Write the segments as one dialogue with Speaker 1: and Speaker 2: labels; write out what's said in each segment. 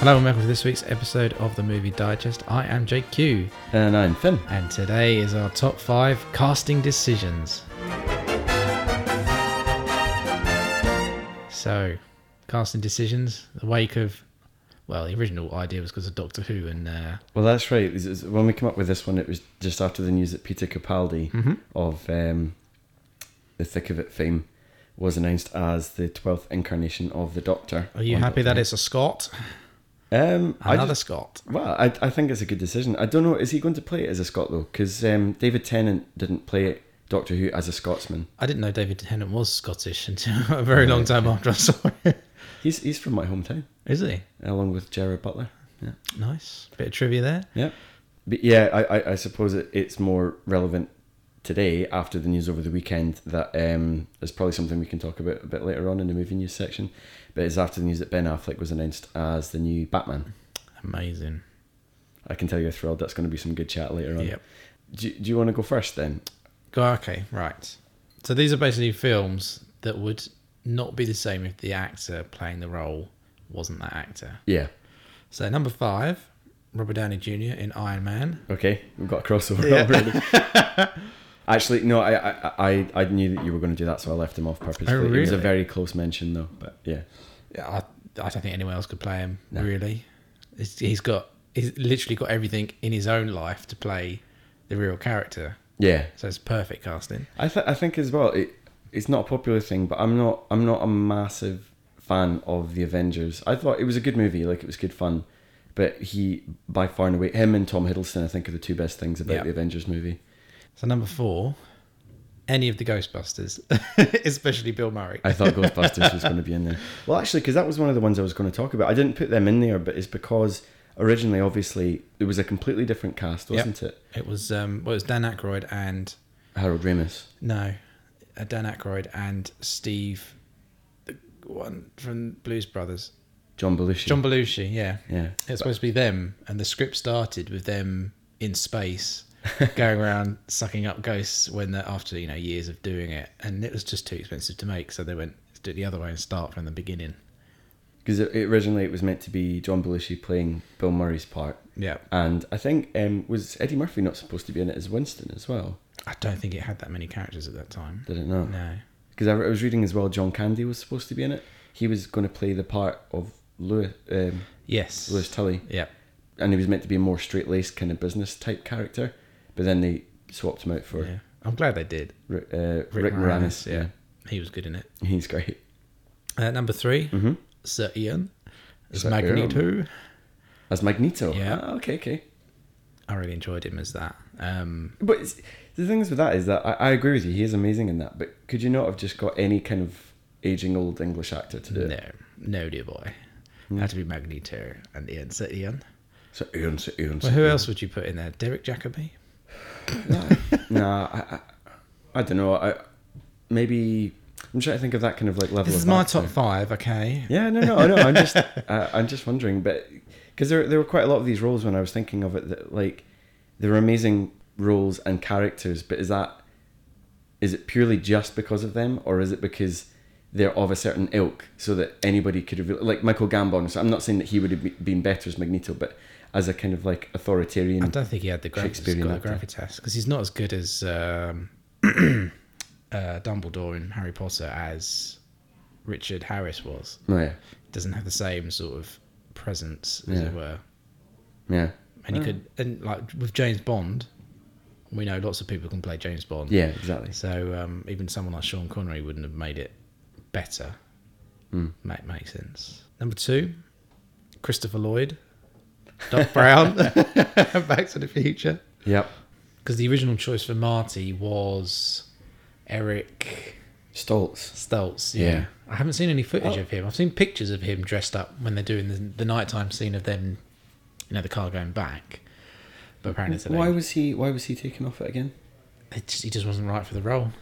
Speaker 1: Hello and welcome to this week's episode of the Movie Digest. I am Jake Q,
Speaker 2: And I'm Finn.
Speaker 1: and today is our top five casting decisions. So, casting decisions, the wake of, well, the original idea was because of Doctor Who, and uh,
Speaker 2: Well, that's right. This is- When we came up with this one, it was just after the news that Peter Capaldi
Speaker 1: Mm-hmm.
Speaker 2: of um, the Thick of It fame was announced as the 12th incarnation of the Doctor.
Speaker 1: are you
Speaker 2: on
Speaker 1: happy that
Speaker 2: Doctor
Speaker 1: it's a Scot?
Speaker 2: Who. Um, I
Speaker 1: Another
Speaker 2: just,
Speaker 1: Scot.
Speaker 2: well, I, I think it's a good decision. I don't know, is he going to play it as a Scot, though? Because um, David Tennant didn't play Doctor Who as a Scotsman.
Speaker 1: I didn't know David Tennant was Scottish until a very long time after I saw it.
Speaker 2: He's, he's from my hometown,
Speaker 1: Is he?
Speaker 2: along with Gerard Butler. Yeah.
Speaker 1: Nice. Bit of trivia there.
Speaker 2: Yeah. But yeah, I, I, I suppose it, it's more relevant today after the news over the weekend that um, there's probably something we can talk about a bit later on in the movie news section. But it's after the news that Ben Affleck was announced as the new Batman.
Speaker 1: Amazing.
Speaker 2: I can tell you're thrilled. That's going to be some good chat later on.
Speaker 1: Yep.
Speaker 2: Do, do you want to go first then?
Speaker 1: Go okay, right. So these are basically films that would not be the same if the actor playing the role wasn't that actor.
Speaker 2: Yeah.
Speaker 1: So number five, Robert Downey Jr. in Iron Man.
Speaker 2: Okay. We've got a crossover already. Actually, no, I, I I I knew that you were going to do that, so I left him off purposely. It was a
Speaker 1: Oh, really?
Speaker 2: very close mention, though. But yeah.
Speaker 1: Yeah, I, I don't think anyone else could play him really. It's, he's got he's literally got everything in his own life to play the real character.
Speaker 2: Yeah.
Speaker 1: So it's perfect casting.
Speaker 2: I th- I think as well it it's not a popular thing, but I'm not I'm not a massive fan of the Avengers. I thought it was a good movie, like it was good fun, but he by far and away him and Tom Hiddleston I think are the two best things about
Speaker 1: Yeah.
Speaker 2: the Avengers movie.
Speaker 1: So number four, any of the Ghostbusters, especially Bill Murray.
Speaker 2: I thought Ghostbusters was going to be in there. Well, actually, because that was one of the ones I was going to talk about. I didn't put them in there, but it's because originally, obviously, it was a completely different cast, wasn't it?
Speaker 1: It was um, well, it was Dan Aykroyd and
Speaker 2: Harold Ramis.
Speaker 1: No, uh, Dan Aykroyd and Steve, the one from Blues Brothers,
Speaker 2: John Belushi.
Speaker 1: John Belushi. Yeah,
Speaker 2: yeah.
Speaker 1: it's supposed to be them, and the script started with them in space, going around sucking up ghosts when they're after you know years of doing it, and it was just too expensive to make, so they went let's do it the other way and start from the beginning.
Speaker 2: Because it, it originally it was meant to be John Belushi playing Bill Murray's part.
Speaker 1: Yeah,
Speaker 2: And I think um, was Eddie Murphy not supposed to be in it as Winston as well?
Speaker 1: I don't think it had that many characters at that time.
Speaker 2: Did it not?
Speaker 1: No,
Speaker 2: Because I, I was reading as well. John Candy was supposed to be in it. He was going to play the part of Lewis, um,
Speaker 1: yes,
Speaker 2: Lewis Tully,
Speaker 1: yeah,
Speaker 2: and he was meant to be a more straight laced kind of business type character. But then they swapped him out for
Speaker 1: yeah. I'm glad they did.
Speaker 2: Ri- uh, Rick Moranis. Yeah.
Speaker 1: he was good in it.
Speaker 2: he's great.
Speaker 1: Uh, number 3
Speaker 2: Mhm.
Speaker 1: Sir Ian. As
Speaker 2: Sir
Speaker 1: Magneto.
Speaker 2: As Magneto.
Speaker 1: Yeah.
Speaker 2: Ah, okay. Okay.
Speaker 1: I really enjoyed him as that. Um,
Speaker 2: But it's, the things with that is that I, I agree with you. He is amazing in that. But could you not have just got any kind of aging old English actor to do it? Hmm.
Speaker 1: No, no, dear boy. Had to be Magneto and Ian Sir Ian.
Speaker 2: So Ian, so Ian,
Speaker 1: Well, who else would you put in there? Derek Jacobi?
Speaker 2: nah, I, I, I don't know. I maybe I'm trying to think of that kind of like level.
Speaker 1: This
Speaker 2: of
Speaker 1: is my
Speaker 2: actor.
Speaker 1: top five, okay?
Speaker 2: Yeah, no, no, I know. I'm just, uh, I'm just wondering, but because there, there were quite a lot of these roles when I was thinking of it that like they were amazing roles and characters, but is that is it purely just because of them, or is it because they're of a certain ilk, so that anybody could have like Michael Gambon? So I'm not saying that he would have be- been better as Magneto, but as a kind of like authoritarian.
Speaker 1: I don't think he had the gravitas.
Speaker 2: Shakespearean
Speaker 1: got the
Speaker 2: actor.
Speaker 1: gravitas because he's not as good as um, uh, Dumbledore in Harry Potter as Richard Harris was.
Speaker 2: Oh, yeah,
Speaker 1: Doesn't have the same sort of presence, as
Speaker 2: Yeah.
Speaker 1: it were.
Speaker 2: yeah,
Speaker 1: And you could, and like with James Bond, we know lots of people can play James Bond.
Speaker 2: yeah, exactly.
Speaker 1: So um, even someone like Sean Connery wouldn't have made it better.
Speaker 2: Mm.
Speaker 1: That makes sense. Number two, Christopher Lloyd, Doc Brown, Back to the Future.
Speaker 2: Yep.
Speaker 1: Because the original choice for Marty was Eric
Speaker 2: Stoltz.
Speaker 1: Stoltz.
Speaker 2: Yeah. Oh.
Speaker 1: I haven't seen any footage of him. I've seen pictures of him dressed up when they're doing the, the nighttime scene of them, you know, the car going back. But apparently today,
Speaker 2: Why was he? Why was he taken off it again?
Speaker 1: it just, he just wasn't right for the role.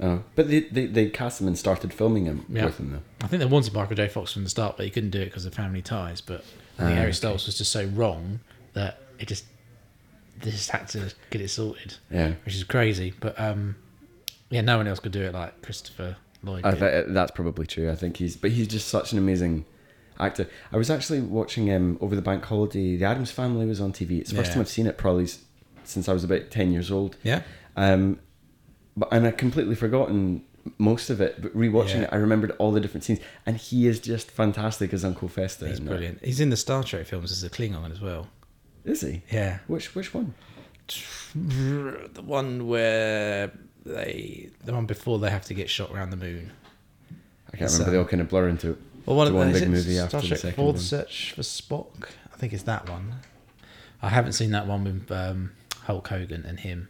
Speaker 2: Oh, but they, they, they cast him and started filming him
Speaker 1: Yeah.
Speaker 2: with him though.
Speaker 1: I think they wanted Michael J. Fox from the start, but he couldn't do it because of family ties. But I think
Speaker 2: Ah,
Speaker 1: Harry Styles was just so wrong that it just they just had to get it sorted,
Speaker 2: Yeah,
Speaker 1: which is crazy. But um, yeah, no one else could do it like Christopher Lloyd.
Speaker 2: I
Speaker 1: did.
Speaker 2: bet that's probably true. I think he's, but he's just such an amazing actor. I was actually watching um, over the bank holiday. The Adams Family was on TV. It's the first
Speaker 1: Yeah.
Speaker 2: time I've seen it probably s- since I was about ten years old.
Speaker 1: Yeah.
Speaker 2: Um, but and I completely forgotten most of it. But rewatching
Speaker 1: Yeah.
Speaker 2: it, I remembered all the different scenes, and he is just fantastic as Uncle Fester.
Speaker 1: He's
Speaker 2: in that.
Speaker 1: brilliant. He's in the Star Trek films as a Klingon as well.
Speaker 2: Is he?
Speaker 1: Yeah.
Speaker 2: Which which one?
Speaker 1: The one where they, the one before they have to get shot around the moon.
Speaker 2: I can't
Speaker 1: It's,
Speaker 2: remember.
Speaker 1: um,
Speaker 2: they all kind of blur into
Speaker 1: Well, one
Speaker 2: to
Speaker 1: of
Speaker 2: one
Speaker 1: the,
Speaker 2: big movie
Speaker 1: Star
Speaker 2: after the
Speaker 1: Trek
Speaker 2: second
Speaker 1: four, The
Speaker 2: one.
Speaker 1: Search for Spock. I think it's that one. I haven't seen that one with um, Hulk Hogan and him.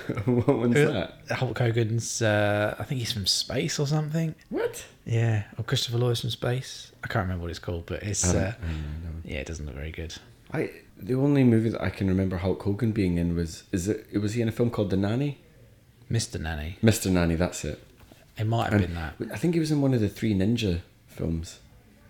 Speaker 2: what one's that?
Speaker 1: Hulk Hogan's, uh, I think he's from space or something.
Speaker 2: What?
Speaker 1: Yeah, or Christopher Lloyd's from space. I can't remember what it's called, but it's uh, yeah, it doesn't look very good.
Speaker 2: I the only movie that I can remember Hulk Hogan being in was is it was he in a film called The Nanny?
Speaker 1: Mr. Nanny.
Speaker 2: Mr. Nanny, that's it.
Speaker 1: It might have
Speaker 2: And
Speaker 1: been that.
Speaker 2: I think he was in one of the Three Ninja films.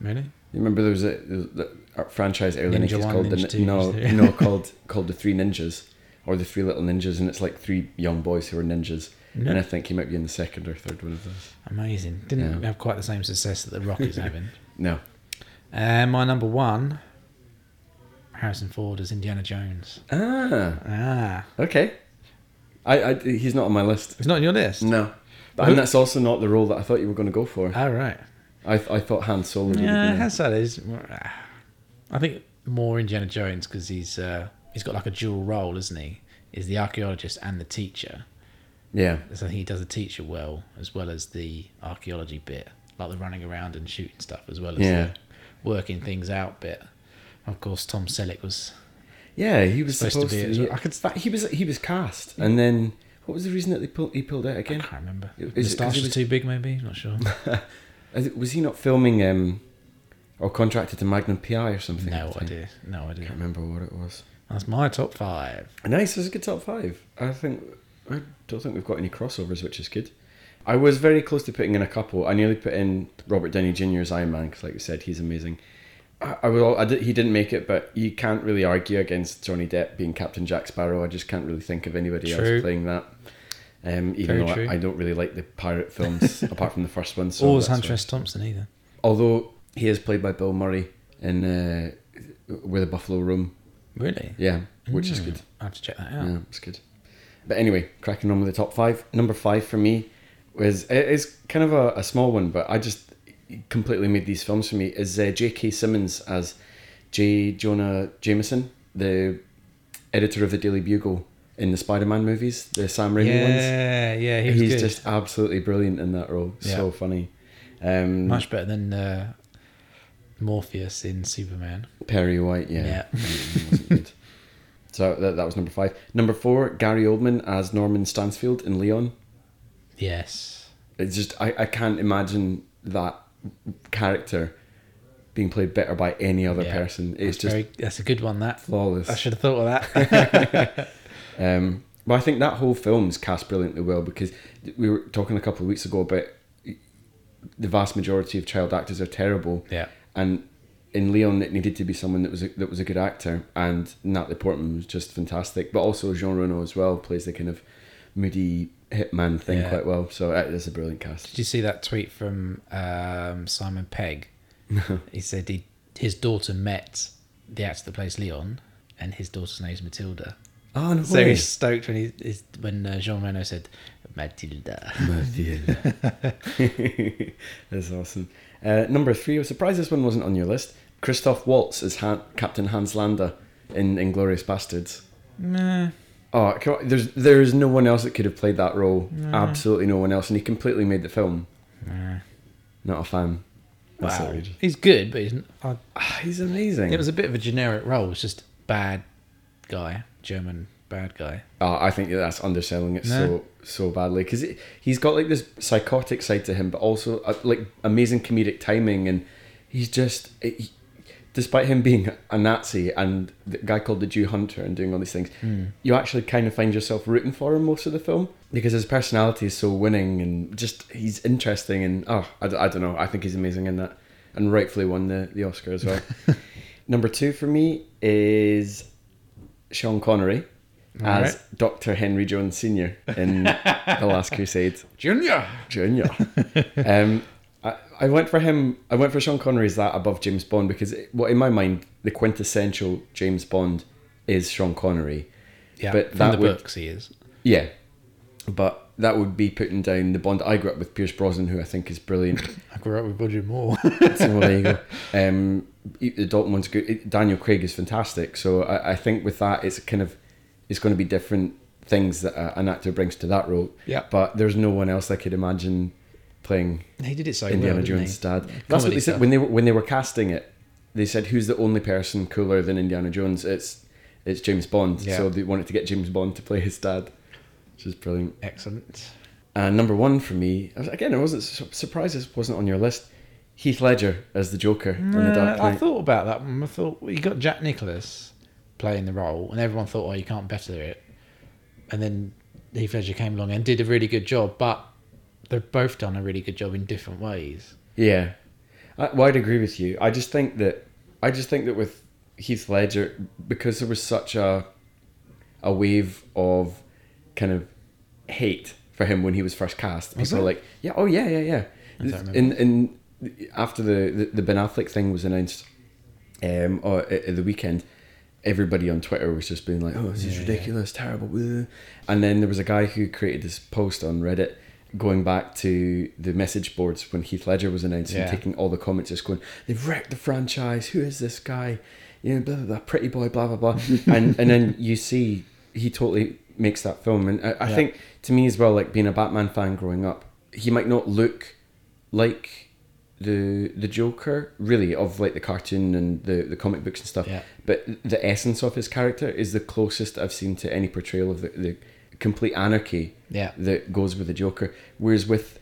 Speaker 1: Really?
Speaker 2: You remember there was a, there was the a franchise early
Speaker 1: Ninja
Speaker 2: nineties
Speaker 1: One,
Speaker 2: called the
Speaker 1: Ninja
Speaker 2: Ni-
Speaker 1: Two,
Speaker 2: no
Speaker 1: Ninja Three.
Speaker 2: no called called the Three Ninjas or the Three Little Ninjas, and it's like three young boys who are ninjas.
Speaker 1: Yeah.
Speaker 2: And I think he might be in the second or third one of those.
Speaker 1: Amazing. Didn't
Speaker 2: Yeah.
Speaker 1: have quite the same success that The Rock is having.
Speaker 2: No,
Speaker 1: Uh, my number one, Harrison Ford as Indiana Jones.
Speaker 2: ah,
Speaker 1: Ah,
Speaker 2: okay. I, I he's not on my list.
Speaker 1: it's not on your list.
Speaker 2: No. But,
Speaker 1: Who-
Speaker 2: and that's also not the role that I thought you were going to go for.
Speaker 1: All Ah, right.
Speaker 2: I, th- I thought Han Solo. would have
Speaker 1: Yeah,
Speaker 2: been-
Speaker 1: Han Solo is. I think more Indiana Jones because he's uh, he's got like a dual role, isn't he? Is the archaeologist and the teacher.
Speaker 2: yeah.
Speaker 1: So I think he does the teacher well as well as the archaeology bit, like the running around and shooting stuff as well as
Speaker 2: Yeah.
Speaker 1: the working things out bit. Of course, Tom Selleck was
Speaker 2: Yeah, he was
Speaker 1: Supposed
Speaker 2: supposed,
Speaker 1: to be
Speaker 2: to
Speaker 1: as
Speaker 2: be.
Speaker 1: well.
Speaker 2: I could. That, he was. He was cast, and then what was the reason that they pulled? He pulled out
Speaker 1: I
Speaker 2: again.
Speaker 1: can't remember.
Speaker 2: Is it
Speaker 1: the
Speaker 2: 'cause
Speaker 1: stash
Speaker 2: he
Speaker 1: was
Speaker 2: was-
Speaker 1: too big, maybe. Not sure.
Speaker 2: I thi- Was he not filming um, or contracted to Magnum PI or something? at
Speaker 1: no
Speaker 2: the time?
Speaker 1: idea. No
Speaker 2: I
Speaker 1: idea.
Speaker 2: can't remember what it was.
Speaker 1: That's my top five.
Speaker 2: Nice. It was a good top five. I think. I don't think we've got any crossovers, which is good. I was very close to putting in a couple. I nearly put in Robert Downey Jr. as Iron Man because, like you said, he's amazing. I, I will. I did, he didn't make it, but you can't really argue against Johnny Depp being Captain Jack Sparrow. I just can't really think of anybody
Speaker 1: True.
Speaker 2: else playing that. Um, even
Speaker 1: Very
Speaker 2: though
Speaker 1: true.
Speaker 2: I, I don't really like the pirate films apart from the first one. So
Speaker 1: or was
Speaker 2: that's why-
Speaker 1: Huntress Thompson either?
Speaker 2: Although he is played by Bill Murray in uh, with a Buffalo Room,
Speaker 1: Really?
Speaker 2: yeah, which is
Speaker 1: Hmm,
Speaker 2: good.
Speaker 1: I have to check that out.
Speaker 2: Yeah, it's good. But anyway, cracking on with the top five. Number five for me was it is kind of a, a small one, but I just completely made these films for me. Is uh, J.K. Simmons as J. Jonah Jameson, the editor of the Daily Bugle in the Spider-Man movies, the Sam Raimi ones.
Speaker 1: Yeah, yeah, he was
Speaker 2: He's
Speaker 1: good.
Speaker 2: just absolutely brilliant in that role.
Speaker 1: Yeah.
Speaker 2: So funny. Um,
Speaker 1: much better than uh, Morpheus in Superman.
Speaker 2: Perry White, yeah.
Speaker 1: Yeah.
Speaker 2: Mm, wasn't good. So that, that was number five. Number four, Gary Oldman as Norman Stansfield in Leon.
Speaker 1: Yes,
Speaker 2: It's just I, I can't imagine that character being played better by any other
Speaker 1: Yeah.
Speaker 2: person.
Speaker 1: that's,
Speaker 2: It's just
Speaker 1: very, that's a good one. That
Speaker 2: flawless.
Speaker 1: I should have thought of that.
Speaker 2: Um, but I think that whole film's cast brilliantly well because we were talking a couple of weeks ago about the vast majority of child actors are terrible.
Speaker 1: Yeah.
Speaker 2: And in Leon, it needed to be someone that was a, that was a good actor, and Natalie Portman was just fantastic. But also Jean Reno as well plays the kind of moody hitman thing
Speaker 1: Yeah.
Speaker 2: quite well. So uh, that's a brilliant cast.
Speaker 1: Did you see that tweet from um, Simon Pegg? No. He said he, his daughter met the actor that plays Leon, and his daughter's name's Matilda.
Speaker 2: Oh no!
Speaker 1: So he's stoked when he is when uh, Jean Reno said Matilda.
Speaker 2: That's awesome. Uh, number three, I was surprised this one wasn't on your list. Christoph Waltz as Han- Captain Hans Landa in Inglorious Bastards.
Speaker 1: Nah,
Speaker 2: Oh, come on, there's there is no one else that could have played that role. Absolutely no one else, and he completely made the film.
Speaker 1: nah.
Speaker 2: Not a fan. That's
Speaker 1: Wow.
Speaker 2: outrageous.
Speaker 1: He's good, but he's, n- I
Speaker 2: Ah, he's amazing.
Speaker 1: It was a bit of a generic role. It's just bad guy, German bad guy.
Speaker 2: Oh, I think that's underselling it
Speaker 1: No.
Speaker 2: so so badly because he's got like this psychotic side to him, but also uh, like amazing comedic timing, and he's just. He, Despite him being a Nazi and the guy called the Jew Hunter and doing all these things, you actually kind of find yourself rooting for him most of the film because his personality is so winning and just he's interesting and oh, I, don't know. I think he's amazing in that and rightfully won the, the Oscar as well. Number two for me is Sean Connery as Dr. Henry Jones Sr. in The Last Crusade
Speaker 1: Junior.
Speaker 2: Jr. Um, I, I went for him. I went for Sean Connery's that above James Bond because it, what in my mind the quintessential James Bond is Sean Connery.
Speaker 1: Yeah,
Speaker 2: But
Speaker 1: from
Speaker 2: that
Speaker 1: the
Speaker 2: would-
Speaker 1: books he is.
Speaker 2: Yeah, but that would be putting down the Bond I grew up with, Pierce Brosnan, who I think is brilliant.
Speaker 1: I grew up with Roger Moore.
Speaker 2: so there you go. Um, the Dalton one's good. It- Daniel Craig is fantastic. So I, I think with that, it's kind of it's going to be different things that uh, an actor brings to that role.
Speaker 1: Yeah.
Speaker 2: But there's no one else I could imagine playing
Speaker 1: he did it so
Speaker 2: Indiana
Speaker 1: well, didn't
Speaker 2: Jones'
Speaker 1: he?
Speaker 2: dad.
Speaker 1: Comedy
Speaker 2: That's what they
Speaker 1: stuff.
Speaker 2: said when they were when they were casting it. They said, "Who's the only person cooler than Indiana Jones?" It's it's James Bond.
Speaker 1: Yeah.
Speaker 2: So they wanted to get James Bond to play his dad, which is brilliant.
Speaker 1: Excellent.
Speaker 2: And Uh, number one for me, I was- again, I wasn't su- surprised this wasn't on your list. Heath Ledger as the Joker in The Dark
Speaker 1: Nah, I
Speaker 2: Knight.
Speaker 1: thought about that one. I thought well, you got Jack Nicholas playing the role, and everyone thought, "Oh, you can't better it." And then Heath Ledger came along and did a really good job, but they've both done a really good job in different ways.
Speaker 2: Yeah, I, well, I'd agree with you. I just think that I just think that with Heath Ledger, because there was such a a wave of kind of hate for him when he was first cast.
Speaker 1: Was
Speaker 2: People were
Speaker 1: there?
Speaker 2: like, yeah, oh yeah, yeah, yeah.
Speaker 1: I don't remember.
Speaker 2: In in after the, the the Ben Affleck thing was announced, um, or at, at the weekend. Everybody on Twitter was just being like, "Oh, this
Speaker 1: Yeah,
Speaker 2: is
Speaker 1: yeah.
Speaker 2: ridiculous, terrible," blah. and then there was a guy who created this post on Reddit, going back to the message boards when Heath Ledger was announced
Speaker 1: Yeah.
Speaker 2: and taking all the comments, just going, "They've wrecked the franchise. Who is this guy?" You know, blah blah blah, pretty boy, blah blah blah, and and then you see he totally makes that film, and I, I
Speaker 1: Yeah.
Speaker 2: think to me as well, like being a Batman fan growing up, he might not look like the the Joker really of like the cartoon and the the comic books and stuff,
Speaker 1: Yeah.
Speaker 2: but the essence of his character is the closest I've seen to any portrayal of the, the complete anarchy
Speaker 1: Yeah.
Speaker 2: that goes with the Joker. Whereas with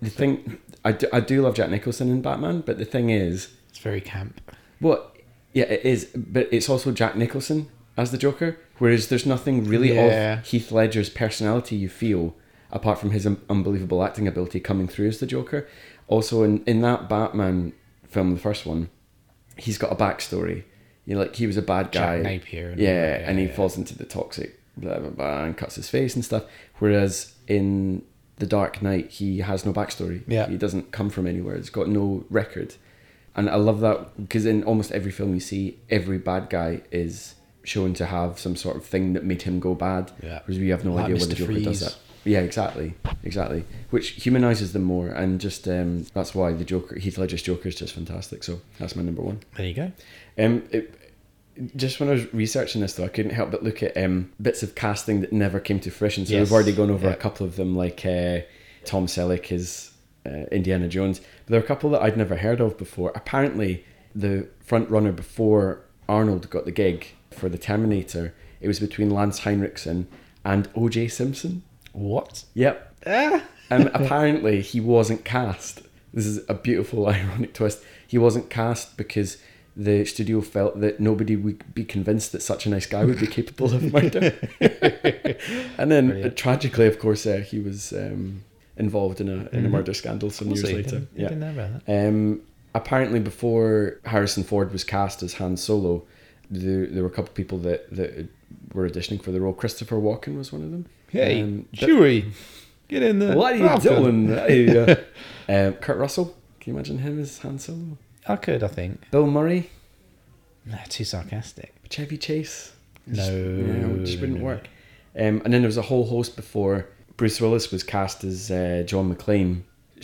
Speaker 2: the thing, I do, I do love Jack Nicholson in Batman, but the thing is,
Speaker 1: It's very camp.
Speaker 2: well, yeah, it is, but it's also Jack Nicholson as the Joker. Whereas there's nothing really
Speaker 1: Yeah.
Speaker 2: of Heath Ledger's personality you feel apart from his un- unbelievable acting ability coming through as the Joker. Also, in in that Batman film, the first one, he's got a backstory. You know, like he was a bad guy.
Speaker 1: Jack Napier. And
Speaker 2: Yeah, and he
Speaker 1: yeah.
Speaker 2: falls into the toxic blah blah blah and cuts his face and stuff. Whereas in The Dark Knight, he has no backstory.
Speaker 1: Yeah.
Speaker 2: he doesn't come from anywhere. It's got no record, and I love that because in almost every film you see, every bad guy is shown to have some sort of thing that made him go bad.
Speaker 1: Yeah.
Speaker 2: whereas we have no
Speaker 1: Like
Speaker 2: idea why
Speaker 1: Mr.
Speaker 2: the Joker
Speaker 1: Freeze.
Speaker 2: does that. Yeah, exactly, exactly. Which humanizes them more, and just um, that's why the Joker, Heath Ledger's Joker, is just fantastic. So that's my number one.
Speaker 1: There you go.
Speaker 2: Um, it, just when I was researching this, though, I couldn't help but look at um, bits of casting that never came to fruition. So
Speaker 1: Yes,
Speaker 2: we've already gone over
Speaker 1: yeah.
Speaker 2: a couple of them, like uh, Tom Selleck is uh, Indiana Jones. But there are a couple that I'd never heard of before. Apparently, the front runner before Arnold got the gig for the Terminator, it was between Lance Heinrichsen and O.J. Simpson.
Speaker 1: What?
Speaker 2: Yep,
Speaker 1: Ah.
Speaker 2: um, apparently, he wasn't cast. This is a beautiful, ironic twist. He wasn't cast because the studio felt that nobody would be convinced that such a nice guy would be capable of murder. and then, uh,
Speaker 1: Brilliant.
Speaker 2: tragically, of course, uh, he was um, involved in a
Speaker 1: Mm-hmm.
Speaker 2: in a murder scandal some
Speaker 1: Was
Speaker 2: years
Speaker 1: he?
Speaker 2: later.
Speaker 1: Didn't- I didn't know about that.
Speaker 2: Um, apparently, before Harrison Ford was cast as Han Solo, there, there were a couple of people that, that were auditioning for the role. Christopher Walken was one of them.
Speaker 1: Hey,
Speaker 2: Um, but-
Speaker 1: Chewie, get in there.
Speaker 2: what are you
Speaker 1: Falcon.
Speaker 2: doing? Hey, uh, um, Kurt Russell. Can you imagine him as Han Solo?
Speaker 1: I could, I think.
Speaker 2: Bill Murray,
Speaker 1: Nah, too sarcastic.
Speaker 2: Chevy Chase.
Speaker 1: No,
Speaker 2: no, it just
Speaker 1: no,
Speaker 2: wouldn't
Speaker 1: no.
Speaker 2: work. Um, and then there was a whole host before. Bruce Willis was cast as uh, John McClane,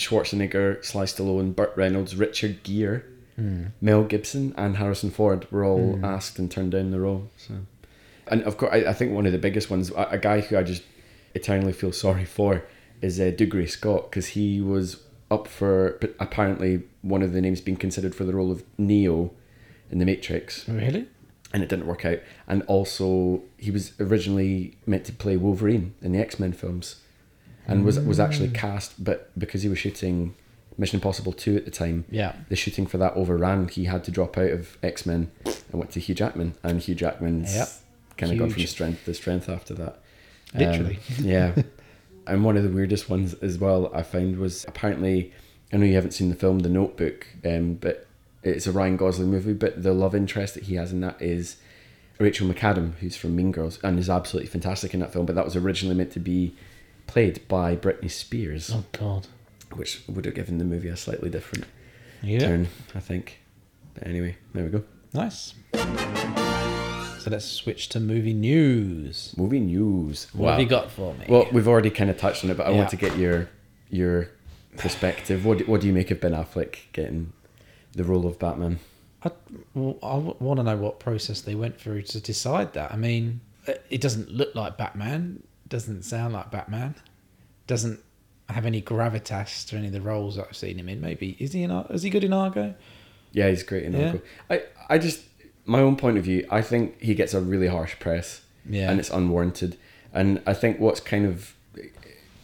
Speaker 2: Schwarzenegger, Sly Stallone, Burt Reynolds, Richard Gere,
Speaker 1: Hmm.
Speaker 2: Mel Gibson, and Harrison Ford were all asked and turned down the role. So, and of course, I, I think one of the biggest ones, a, a guy who I just eternally feel sorry for, is uh, Dougray Scott because he was up for p- apparently one of the names being considered for the role of Neo in The Matrix
Speaker 1: Really?
Speaker 2: and it didn't work out. And also, he was originally meant to play Wolverine in the X Men films, and was was actually cast, but because he was shooting Mission Impossible two at the time,
Speaker 1: Yeah.
Speaker 2: the shooting for that overran. He had to drop out of X Men and went to Hugh Jackman, and Hugh Jackman's
Speaker 1: Yep.
Speaker 2: kind of gone
Speaker 1: Huge.
Speaker 2: from strength to strength after that. Um,
Speaker 1: Literally.
Speaker 2: yeah. And one of the weirdest ones as well I found was apparently, I know you haven't seen the film The Notebook, um, but it's a Ryan Gosling movie, but the love interest that he has in that is Rachel McAdam, who's from Mean Girls, and is absolutely fantastic in that film, but that was originally meant to be played by Britney Spears,
Speaker 1: Oh God.
Speaker 2: which would have given the movie a slightly different
Speaker 1: Yeah.
Speaker 2: turn, I think. But anyway, there we go.
Speaker 1: Nice. So let's switch to movie news.
Speaker 2: Movie news.
Speaker 1: What have you got for me?
Speaker 2: Well, we've already kind of touched on it, but I
Speaker 1: Yeah.
Speaker 2: want to get your your perspective. What do, what do you make of Ben Affleck getting the role of Batman?
Speaker 1: I, want to know what process they went through to decide that. I mean, it- it doesn't look like Batman, doesn't sound like Batman, doesn't have any gravitas to any of the roles that I've seen him in. Maybe is he in? Ar- Is he good in Argo?
Speaker 2: Yeah, he's great in
Speaker 1: Yeah.
Speaker 2: Argo. I I just my own point of view. I think he gets a really harsh press.
Speaker 1: Yeah.
Speaker 2: and it's unwarranted. And I think what's kind of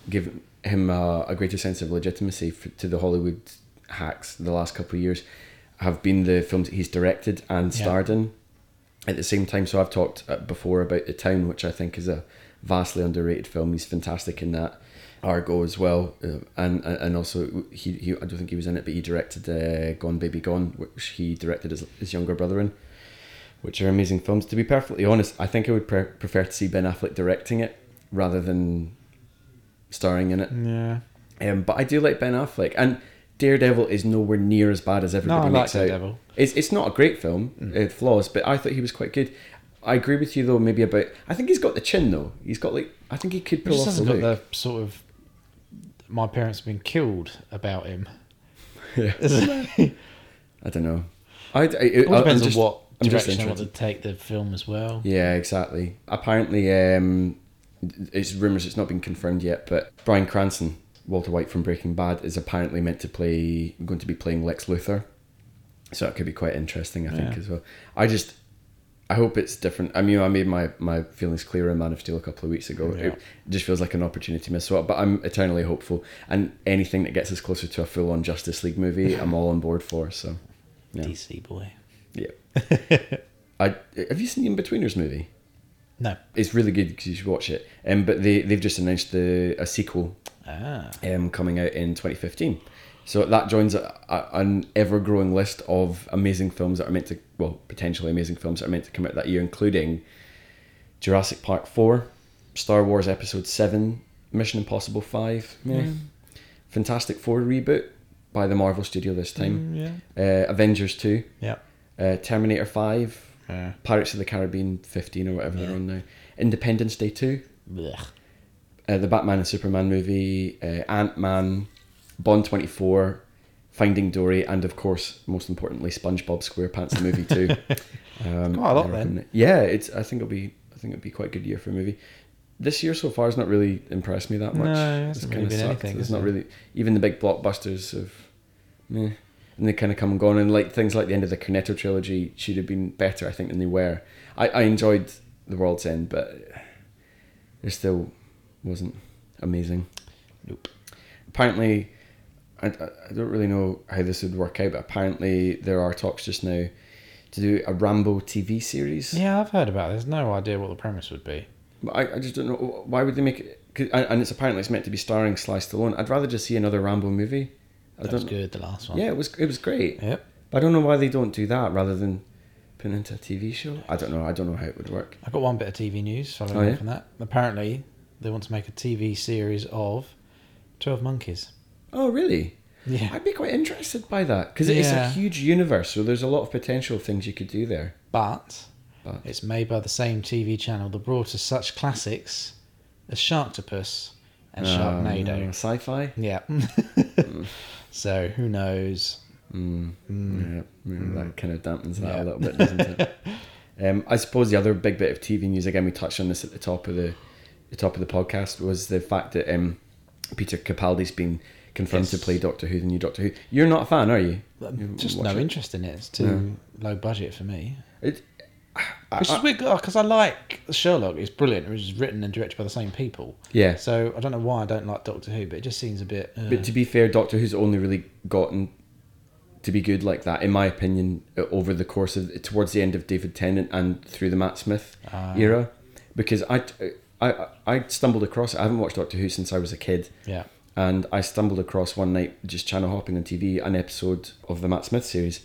Speaker 2: given him a, a greater sense of legitimacy for, to the Hollywood hacks the last couple of years have been the films that he's directed and
Speaker 1: Yeah.
Speaker 2: starred in. At the same time, so I've talked uh, before about The Town, which I think is a vastly underrated film. He's fantastic in that. Argo as well, uh, and and also he, he I don't think he was in it, but he directed uh, Gone Baby Gone, which he directed his, his younger brother in which are amazing films. To be perfectly honest, I think I would pre- prefer to see Ben Affleck directing it rather than starring in it.
Speaker 1: Yeah.
Speaker 2: Um, but I do like Ben Affleck, and Daredevil is nowhere near as bad as everybody
Speaker 1: I like
Speaker 2: makes out.
Speaker 1: Daredevil. Mm.
Speaker 2: It's it's not a great film, it flaws, but I thought he was quite good. I agree with you though, maybe about. I think he's got the chin though. He's got like. I think he could
Speaker 1: He
Speaker 2: pull
Speaker 1: just
Speaker 2: off the
Speaker 1: hasn't got
Speaker 2: look.
Speaker 1: the sort of my parents have been killed about him.
Speaker 2: Yeah.
Speaker 1: it
Speaker 2: I don't know. I, I, it
Speaker 1: all depends on what direction they want to take the film as well.
Speaker 2: Yeah, exactly. Apparently, um, it's rumors. It's not been confirmed yet, but Brian Cranston, Walter White from Breaking Bad, is apparently meant to play, going to be playing Lex Luthor. So that could be quite interesting, I think,
Speaker 1: Yeah.
Speaker 2: as well. I just, I hope it's different. I mean, I made my my feelings clear in Man of Steel a couple of weeks ago.
Speaker 1: Yeah.
Speaker 2: It just feels like an opportunity missed. So, but I'm eternally hopeful, and anything that gets us closer to a full on Justice League movie, I'm all on board for. So, yeah,
Speaker 1: DC boy.
Speaker 2: yeah. I have you seen the Inbetweeners movie?
Speaker 1: No.
Speaker 2: It's really good because you should watch it. Um, but they they've just announced the a sequel
Speaker 1: Ah.
Speaker 2: um, coming out in 2015. So that joins a, a, an ever growing list of amazing films that are meant to well potentially amazing films that are meant to come out that year, including Jurassic Park four, Star Wars Episode seven, Mission Impossible five, yeah. Fantastic Four reboot by the Marvel Studio this time,
Speaker 1: Mm, yeah.
Speaker 2: uh, Avengers two,
Speaker 1: Yeah.
Speaker 2: uh, Terminator five,
Speaker 1: Uh,
Speaker 2: Pirates of the Caribbean fifteen or whatever
Speaker 1: Yeah.
Speaker 2: they're on now, Independence Day two.
Speaker 1: blech.
Speaker 2: uh, the Batman and Superman movie, uh, Ant Man, Bond 24, Finding Dory, and of course, most importantly, SpongeBob SquarePants the movie too. Um,
Speaker 1: Quite a lot
Speaker 2: I
Speaker 1: then.
Speaker 2: reckon- Yeah, it's. I think it'll be. I think it'll be quite a good year for a movie. This year so far has not really impressed me that
Speaker 1: No,
Speaker 2: much.
Speaker 1: it hasn't
Speaker 2: It's
Speaker 1: really
Speaker 2: kinda
Speaker 1: been
Speaker 2: sucked.
Speaker 1: anything,
Speaker 2: It's
Speaker 1: has
Speaker 2: not
Speaker 1: it?
Speaker 2: really even the big blockbusters of, meh, and they kind of come and gone. And like things like the end of the Cornetto trilogy should have been better, I think, than they were. I, I enjoyed The World's End, but it still wasn't amazing.
Speaker 1: Nope.
Speaker 2: Apparently, I, I I don't really know how this would work out, but apparently there are talks just now to do a Rambo TV series.
Speaker 1: Yeah, I've heard about this. No idea what the premise would be.
Speaker 2: But I, I just don't know why would they make it. 'cause- and and it's apparently it's meant to be starring Sly Stallone. I'd rather just see another Rambo movie. I
Speaker 1: That
Speaker 2: don't.
Speaker 1: was good, the last one.
Speaker 2: Yeah, it was it was great.
Speaker 1: Yep.
Speaker 2: But I don't know why they don't do that rather than put it into a TV show. I don't know. I don't know how it would work.
Speaker 1: I got one bit of TV news following
Speaker 2: Oh,
Speaker 1: on
Speaker 2: yeah?
Speaker 1: from that. Apparently, they want to make a TV series of 12 Monkeys.
Speaker 2: Oh really?
Speaker 1: Yeah.
Speaker 2: I'd be quite interested by that because it's a
Speaker 1: Yeah.
Speaker 2: huge universe. So there's a lot of potential things you could do there.
Speaker 1: But,
Speaker 2: But-
Speaker 1: it's made by the same TV channel that brought us such classics as Sharktopus and
Speaker 2: Uh,
Speaker 1: Sharknado.
Speaker 2: sci-fi.
Speaker 1: Yeah. so, who knows?
Speaker 2: Mm.
Speaker 1: Hmm.
Speaker 2: Yeah, mm, that kind of dampens that
Speaker 1: Yeah.
Speaker 2: a little bit, doesn't it? um, I suppose the other big bit of TV news again, we touched on this at the top of the, the top of the podcast was the fact that um, Peter Capaldi's been confirmed to
Speaker 1: Yes. Uh,
Speaker 2: play Doctor Who, the new Doctor Who. You're not a fan, are you? You
Speaker 1: Just
Speaker 2: watch
Speaker 1: no
Speaker 2: it?
Speaker 1: interest in it. It's too low budget for me.
Speaker 2: It, I-
Speaker 1: Which
Speaker 2: I-
Speaker 1: is weird because I like Sherlock. It's brilliant. It was written and directed by the same people.
Speaker 2: yeah.
Speaker 1: So I don't know why I don't like Doctor Who, but it just seems a bit. Uh,
Speaker 2: But to be fair, Doctor Who's only really gotten to be good like that, in my opinion, uh, over the course of towards the end of David Tennant and through the Matt Smith
Speaker 1: Ah.
Speaker 2: era, because I, I I stumbled across it. I haven't watched Doctor Who since I was a kid,
Speaker 1: yeah.
Speaker 2: and I stumbled across one night just channel hopping on TV an episode of the Matt Smith series,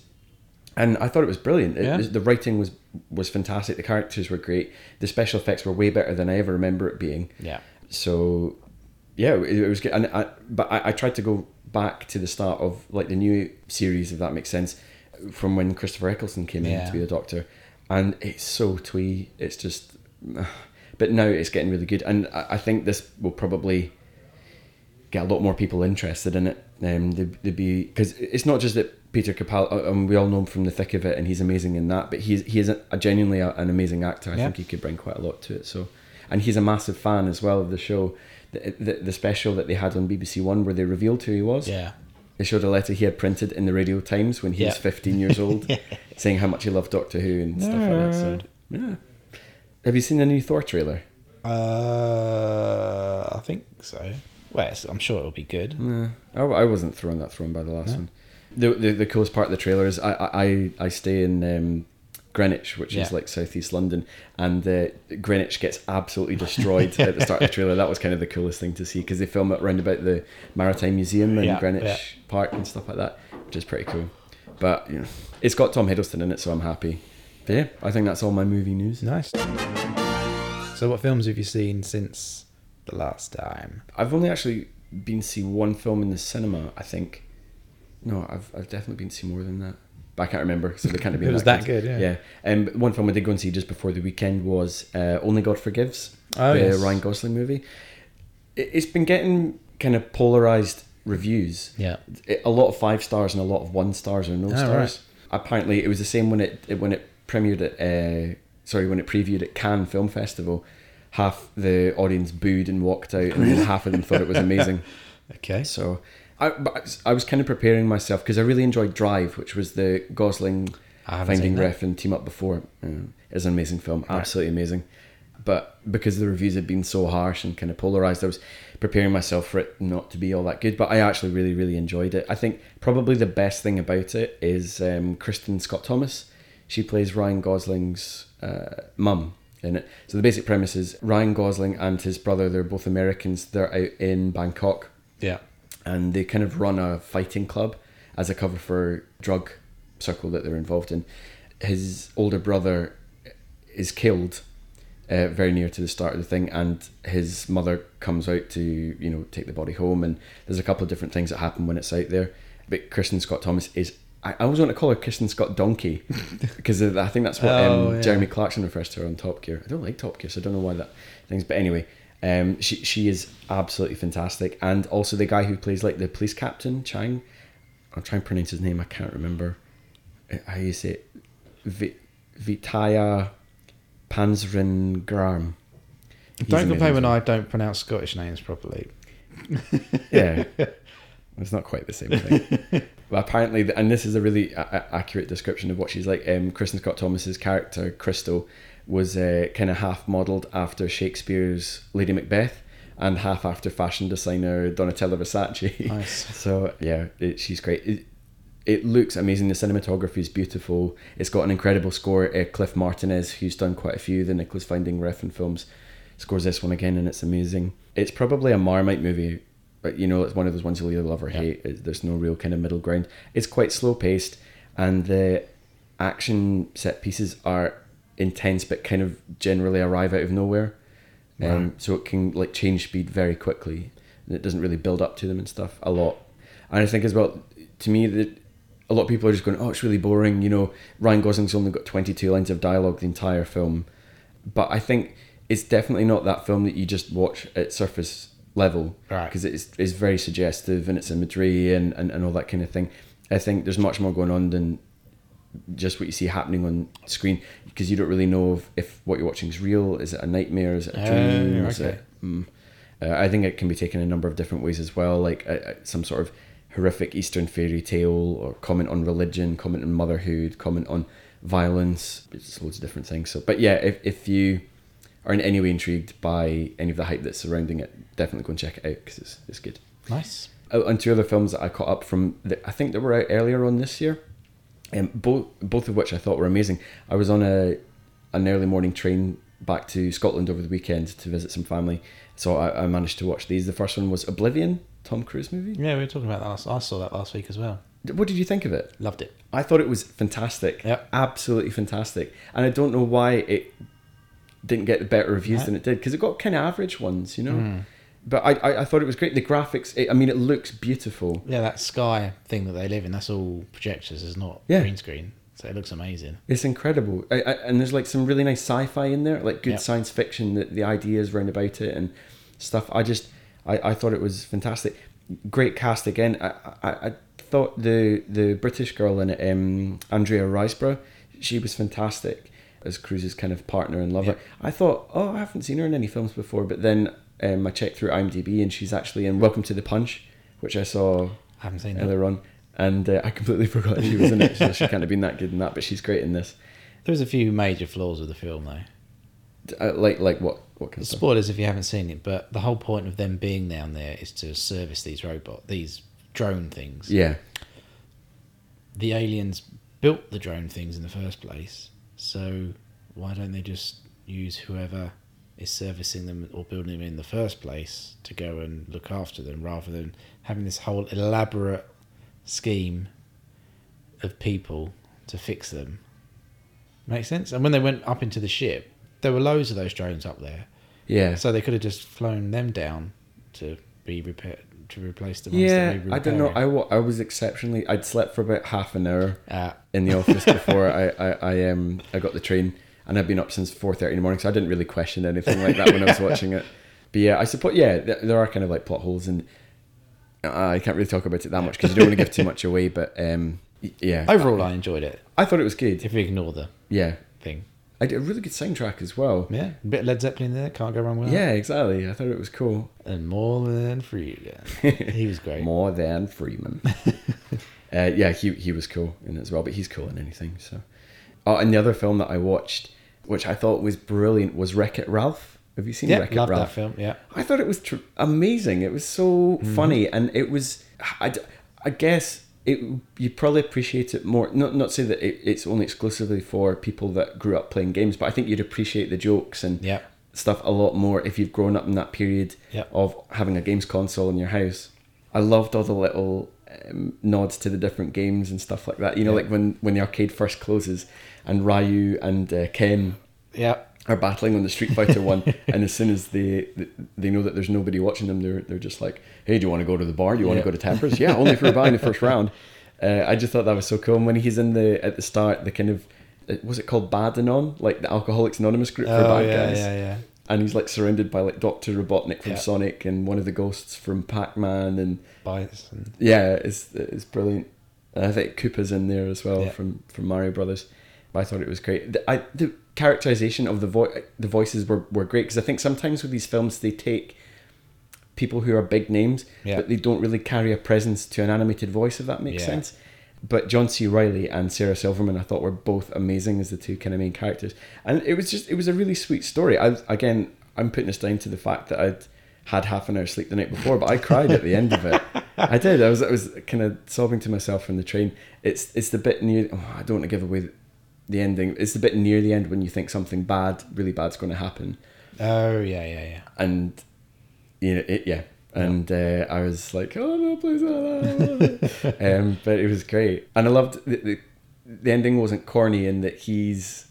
Speaker 2: and I thought it was brilliant. It
Speaker 1: Yeah.
Speaker 2: was- the writing was was fantastic. The characters were great. The special effects were way better than I ever remember it being.
Speaker 1: Yeah.
Speaker 2: So yeah, it, it was good. And I, but I, I tried to go back to the start of like the new series, if that makes sense, from when Christopher Eccleston came in
Speaker 1: Yeah.
Speaker 2: to be the Doctor, and it's so twee. It's just, but now it's getting really good, and I, I think this will probably get a lot more people interested in it. Um, they'd, they'd be because it's not just that Peter Capaldi, uh, um, we all know him from the thick of it, and he's amazing in that. But he's he is a, a genuinely a, an amazing actor. I
Speaker 1: Yeah.
Speaker 2: think he could bring quite a lot to it. So, and he's a massive fan as well of the show, the, the, the special that they had on BBC One where they revealed who he was.
Speaker 1: Yeah.
Speaker 2: They showed a letter he had printed in the Radio Times when he was
Speaker 1: Yeah.
Speaker 2: 15 years old, saying how much he loved Doctor Who and stuff like that. So, yeah. Have you seen the new Thor trailer?
Speaker 1: Uh, I think so. Well, it's, I'm sure it'll be good.
Speaker 2: Yeah, I, I wasn't thrown that thrown by the last one. The, the the coolest part of the trailer is I I, I- I stay in um, Greenwich, which is
Speaker 1: Yeah.
Speaker 2: like southeast London, and uh, Greenwich gets absolutely destroyed at the start of the trailer. That was kind of the coolest thing to see because they film it round about the Maritime Museum in
Speaker 1: Yeah,
Speaker 2: Greenwich
Speaker 1: yeah.
Speaker 2: Park and stuff like that, which is pretty cool. But you know, it's got Tom Hiddleston in it, so I'm happy. But yeah, I think that's all my movie news.
Speaker 1: Nice. So, what films have you seen since the last time?
Speaker 2: I've only actually been to see one film in the cinema. I think. No, I've I've definitely been to see more than that. But I can't remember, so they can't have been.
Speaker 1: It was that good, yeah.
Speaker 2: Yeah. Um, but one film I did go and see just before the weekend was uh, Only God Forgives,
Speaker 1: Oh,
Speaker 2: the
Speaker 1: yes.
Speaker 2: Ryan Gosling movie. It, it's been getting kind of polarized reviews.
Speaker 1: Yeah.
Speaker 2: It- a lot of five stars and a lot of one stars or no
Speaker 1: Oh,
Speaker 2: stars. Apparently, it was the same when it, it when it premiered at uh, sorry when it previewed at Cannes Film Festival. Half the audience booed and walked out, and then half of them thought it was amazing.
Speaker 1: Okay.
Speaker 2: So I, but I was- I was kind of preparing myself because I really enjoyed Drive, which was the Gosling
Speaker 1: I haven't
Speaker 2: Finding
Speaker 1: seen that.
Speaker 2: Ref and team up before. Um, it's an amazing film, absolutely amazing. But because the reviews had been so harsh and kind of polarized, I was preparing myself for it not to be all that good. But I actually really, really enjoyed it. I think probably the best thing about it is um, Kristen Scott Thomas. She plays Ryan Gosling's uh, mum in it. So the basic premise is Ryan Gosling and his brother, they're both Americans, they're out in Bangkok
Speaker 1: Yeah.
Speaker 2: and they kind of run a fighting club as a cover for drug circle that they're involved in. His older brother is killed uh, very near to the start of the thing, and his mother comes out to you know take the body home, and there's a couple of different things that happen when it's out there. But Kristen Scott Thomas is. I I always want to call her Kristen Scott Donkey because I think that's what
Speaker 1: Oh,
Speaker 2: um,
Speaker 1: yeah.
Speaker 2: Jeremy Clarkson refers to her on Top Gear. I don't like Top Gear, so I don't know why that things. But anyway, um, she she is absolutely fantastic, and also the guy who plays like the police captain Chang. I'm trying to pronounce his name. I can't remember uh, how you say it. Vi- Vitaya Pansringram.
Speaker 1: don't complain when I don't pronounce Scottish names properly.
Speaker 2: Yeah, it's not quite the same thing. but apparently, th- and this is a really a- a- accurate description of what she's like. Um, Kristen Scott Thomas's character Crystal was uh, kind of half modelled after Shakespeare's Lady Macbeth. And half after fashion designer Donatella Versace.
Speaker 1: Nice.
Speaker 2: So yeah, it, she's great. It, it looks amazing. The cinematography is beautiful. It's got an incredible score. Uh, Cliff Martinez, who's done quite a few of the Nicholas Finding Refn films, scores this one again, and it's amazing. It's probably a Marmite movie, but you know, it's one of those ones you'll either love or hate. It- There's no real kind of middle ground. It's quite slow paced, and the action set pieces are intense, but kind of generally arrive out of nowhere. Um, so it can like change speed very quickly, and it doesn't really build up to them and stuff a lot. And I think as well, to me, that a lot of people are just going, "Oh, it's really boring." You know, Ryan Gosling's only got twenty-two lines of dialogue the entire film, but I think it's definitely not that film that you just watch at surface level,
Speaker 1: Right.
Speaker 2: Because it's it's very suggestive and it's imagery and, and and all that kind of thing. I think there's much more going on than just what you see happening on screen because you don't really know if, if what you're watching is real. Is it a nightmare? Is it a
Speaker 1: Oh,
Speaker 2: dream? Is
Speaker 1: okay.
Speaker 2: it? Mm. Uh, I think it can be taken a number of different ways as well, like uh, uh, some sort of horrific Eastern fairy tale, or comment on religion, comment on motherhood, comment on violence. It's loads of different things. So, but yeah, if if you are in any way intrigued by any of the hype that's surrounding it, definitely go and check it out because it's it's good.
Speaker 1: Nice.
Speaker 2: Oh, and two other films that I caught up from, that I think that were out earlier on this year, um, both both of which I thought were amazing. I was on a an early morning train back to Scotland over the weekend to visit some family, so I, I managed to watch these. The first one was Oblivion, Tom Cruise movie.
Speaker 1: Yeah, we were talking about that last. I saw that last week as well.
Speaker 2: What did you think of it?
Speaker 1: Loved it.
Speaker 2: I thought it was fantastic,
Speaker 1: Yep.
Speaker 2: absolutely fantastic, and I don't know why it didn't get the better reviews
Speaker 1: Right.
Speaker 2: than it did because it got kind of average ones, you know. but I, I, I thought it was great. The graphics, it, I mean, it looks beautiful.
Speaker 1: Yeah, that sky thing that they live in, that's all projectors, it's not
Speaker 2: Yeah.
Speaker 1: green screen. So it looks amazing.
Speaker 2: It's incredible, I, I, and there's like some really nice sci-fi in there, like good
Speaker 1: Yep.
Speaker 2: science fiction. The, the ideas round about it and stuff. I just, I, I thought it was fantastic. Great cast again. I, I, I thought the the British girl in it, um, Andrea Riseborough, she was fantastic as Cruz's kind of partner and lover.
Speaker 1: Yep.
Speaker 2: I thought, oh, I haven't seen her in any films before, but then um, I checked through IMDb and she's actually in Welcome to the Punch, which I saw
Speaker 1: I haven't seen that.
Speaker 2: earlier on. And uh, I completely forgot she was in it. So she can't have been that good in that, but she's great in this.
Speaker 1: There's a few major flaws with the film, though.
Speaker 2: Uh, like like what what kind of stuff?
Speaker 1: Spoilers if you haven't seen it, but the whole point of them being down there is to service these robot, these drone things.
Speaker 2: Yeah,
Speaker 1: The aliens built the drone things in the first place, so why don't they just use whoever is servicing them or building them in the first place to go and look after them rather than having this whole elaborate scheme of people to fix them? Makes sense? And when they went up into the ship, there were loads of those drones up there.
Speaker 2: yeah,
Speaker 1: So they could have just flown them down to be repaired to replace the ones that
Speaker 2: yeah.
Speaker 1: they were
Speaker 2: I don't know. I
Speaker 1: repairing.
Speaker 2: wa- I was exceptionally. I'd slept for about half an hour
Speaker 1: uh,
Speaker 2: in the office before I, I I um I got the train, and I'd been up since four thirty in the morning, so I didn't really question anything like that when I was watching it. But yeah, I suppose yeah, th- there are kind of like plot holes, and I can't really talk about it that much because you don't want to give too much away. But um, y- yeah,
Speaker 1: overall, I enjoyed it.
Speaker 2: I thought it was good.
Speaker 1: If we ignore the
Speaker 2: Yeah,
Speaker 1: thing,
Speaker 2: I did a really good soundtrack as well.
Speaker 1: yeah, a bit of Led Zeppelin there, can't go wrong with
Speaker 2: Yeah, exactly. I thought it was cool.
Speaker 1: that. And more than freedom, he was great.
Speaker 2: More than Freeman. uh, yeah, he he was cool in it as well, but he's cool in anything. So, oh, and the other film that I watched, which I thought was brilliant, was Wreck It Ralph. Have you seen
Speaker 1: yeah,
Speaker 2: Wreck It
Speaker 1: loved
Speaker 2: Ralph?
Speaker 1: that film. Yeah,
Speaker 2: I thought it was tr- amazing. It was so
Speaker 1: Mm-hmm.
Speaker 2: funny, and it was. I, d- I guess it you probably appreciate it more. Not not say that it, it's only exclusively for people that grew up playing games, but I think you'd appreciate the jokes and
Speaker 1: Yeah.
Speaker 2: stuff a lot more if you've grown up in that period
Speaker 1: Yeah.
Speaker 2: of having a games console in your house. I loved all the little um, nods to the different games and stuff like that. You know, like when when the arcade first closes, and Ryu and uh, Ken
Speaker 1: yeah.
Speaker 2: are battling on the Street Fighter one, and as soon as they they know that there's nobody watching them, they're they're just like, "Hey, do you want to go to the bar? Do you want
Speaker 1: Yeah.
Speaker 2: to go to Tappers? yeah, only if we're buying the first round." Uh, I just thought that was so cool. And when he's in the at the start, the kind of uh, was it called Badanon, like the Alcoholics Anonymous group for
Speaker 1: Oh
Speaker 2: bad
Speaker 1: yeah,
Speaker 2: guys,
Speaker 1: yeah, yeah.
Speaker 2: and he's like surrounded by like Doctor Robotnik from
Speaker 1: Yeah.
Speaker 2: Sonic and one of the ghosts from Pac Man, and
Speaker 1: Bites and
Speaker 2: yeah, it's it's brilliant. And I think Koopa's in there as well
Speaker 1: Yeah.
Speaker 2: from from Mario Brothers. I thought it was great. The, I, the characterization of the vo- the voices were, were great because I think sometimes with these films they take people who are big names,
Speaker 1: Yeah.
Speaker 2: but they don't really carry a presence to an animated voice. If that makes
Speaker 1: Yeah.
Speaker 2: sense. But John C. Riley and Sarah Silverman, I thought were both amazing as the two kind of main characters, and it was just it was a really sweet story. I again, I'm putting this down to the fact that I'd had half an hour sleep the night before, but I cried at the end of it. I did. I was I was kind of sobbing to myself from the train. It's it's the bit near. Oh, I don't want to give away the ending. It's the bit near the end when you think something bad, really bad's going to happen,
Speaker 1: oh yeah, yeah, yeah.
Speaker 2: and you know it. Yeah. And uh, I was like, oh no, please, no, no. um, but it was great, and I loved the, the the ending wasn't corny in that he's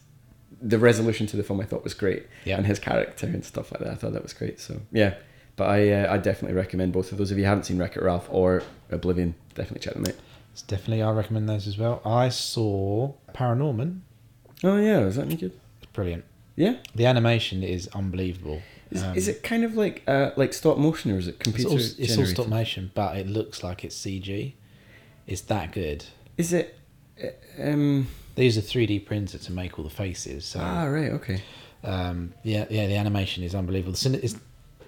Speaker 2: the resolution to the film I thought was great,
Speaker 1: Yeah.
Speaker 2: and his character and stuff like that. I thought that was great. So yeah, but I uh, I definitely recommend both of those. If you haven't seen Wreck It Ralph or Oblivion, definitely check them out.
Speaker 1: It's definitely, I recommend those as well. I saw Paranorman.
Speaker 2: Oh yeah, is that any good?
Speaker 1: It's brilliant.
Speaker 2: Yeah,
Speaker 1: The animation is unbelievable.
Speaker 2: is,
Speaker 1: Um,
Speaker 2: is it kind of like uh, like stop motion or is it
Speaker 1: It's
Speaker 2: computer?
Speaker 1: all, it's all
Speaker 2: generated?
Speaker 1: stop motion, but it looks like it's CG. It's that good.
Speaker 2: Is it? uh, Um,
Speaker 1: They use a 3D printer to make all the faces. So,
Speaker 2: ah right, okay.
Speaker 1: um, yeah, yeah, the animation is unbelievable. The cine- it's,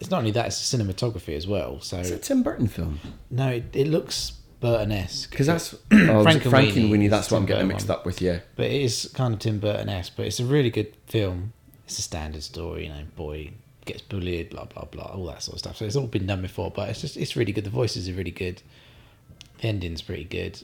Speaker 1: it's not only that; it's the cinematography as well. So,
Speaker 2: Is it a Tim Burton film?
Speaker 1: no, it, it looks Burton-esque
Speaker 2: Because that's oh, Frank
Speaker 1: Frankenweenie
Speaker 2: Frank and Winnie.
Speaker 1: is
Speaker 2: That's what I'm
Speaker 1: Tim
Speaker 2: getting
Speaker 1: Burton
Speaker 2: mixed up with. Yeah,
Speaker 1: but it is kind of Tim Burton-esque. But it's a really good film. It's a standard story, you know, boy gets bullied, blah blah blah, all that sort of stuff. So it's all been done before, but it's just it's really good. The voices are really good. The ending's pretty good.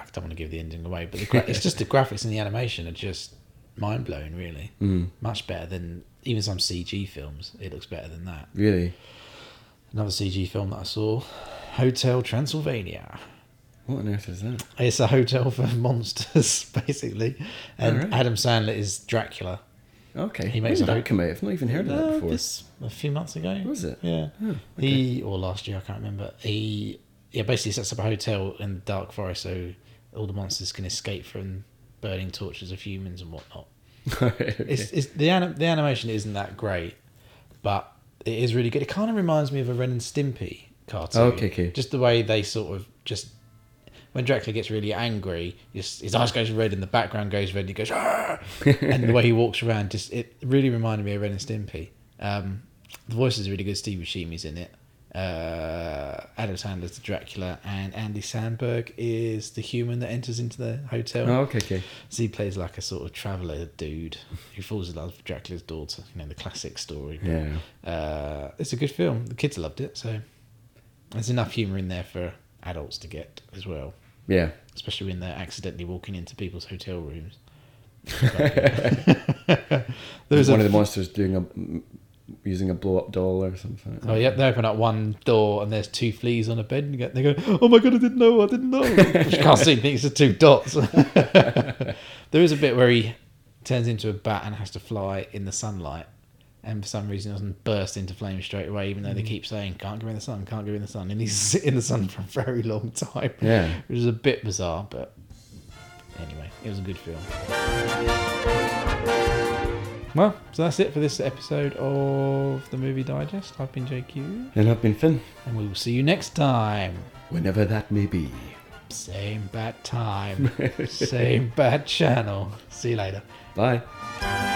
Speaker 1: I don't want to give the ending away, but the gra- it's just the graphics and the animation are just mind blowing. Really, mm. much better than even some CG films. It looks better than that.
Speaker 2: really.
Speaker 1: Another CG film that I saw, Hotel Transylvania.
Speaker 2: What on earth is that?
Speaker 1: It's
Speaker 2: Oh,
Speaker 1: a hotel for monsters, basically. And
Speaker 2: Alright.
Speaker 1: Adam Sandler is Dracula.
Speaker 2: Okay.
Speaker 1: He
Speaker 2: He
Speaker 1: makes
Speaker 2: makes when
Speaker 1: a
Speaker 2: did
Speaker 1: doc-
Speaker 2: that come out? I've not even heard of that
Speaker 1: Uh,
Speaker 2: before.
Speaker 1: this a few months ago.
Speaker 2: Was it?
Speaker 1: Yeah.
Speaker 2: Oh,
Speaker 1: He or last year, I can't remember. He yeah, basically sets up a hotel in the dark forest so all the monsters can escape from burning torches of humans and whatnot.
Speaker 2: Alright, Oh, okay.
Speaker 1: It's, it's the anim- the animation isn't that great, but it is really good. It kind of reminds me of a Ren and Stimpy cartoon.
Speaker 2: Okay, okay.
Speaker 1: Just the way they sort of just when Dracula gets really angry, just, his eyes goes red and the background goes red. And he goes, "Arr!" and the way he walks around just it really reminded me of Ren and Stimpy. Um, the voice is really good. Steve Buscemi's in it. Uh, Adam Sandler's the Dracula, and Andy Sandberg is the human that enters into the hotel.
Speaker 2: Oh, okay, okay.
Speaker 1: So he plays like a sort of traveller dude who falls in love with Dracula's daughter. You know, the classic story.
Speaker 2: Yeah.
Speaker 1: Uh, it's a good film. The kids loved it, so there's enough humour in there for adults to get as well,
Speaker 2: Yeah.
Speaker 1: especially when they're accidentally walking into people's hotel rooms. there was
Speaker 2: one
Speaker 1: a,
Speaker 2: of the monsters doing a using a blow up doll or something.
Speaker 1: oh yep, they open up one door and there's two fleas on a bed and you go- they go, oh my god, I didn't know, I didn't know. Which you can't see anything, it's just two dots. there is a bit where he turns into a bat and has to fly in the sunlight. And for some reason, doesn't burst into flame straight away, even though they keep saying, "Can't go in the sun, can't go in the sun," and he's in the sun for a very long time.
Speaker 2: Yeah.
Speaker 1: which is a bit bizarre, but anyway, it was a good film. Well, so that's it for this episode of the Movie Digest. I've been JQ,
Speaker 2: And I've been Finn,
Speaker 1: and we will see you next time.
Speaker 2: whenever that may be.
Speaker 1: Same bad time, same bad channel. See you later.
Speaker 2: Bye.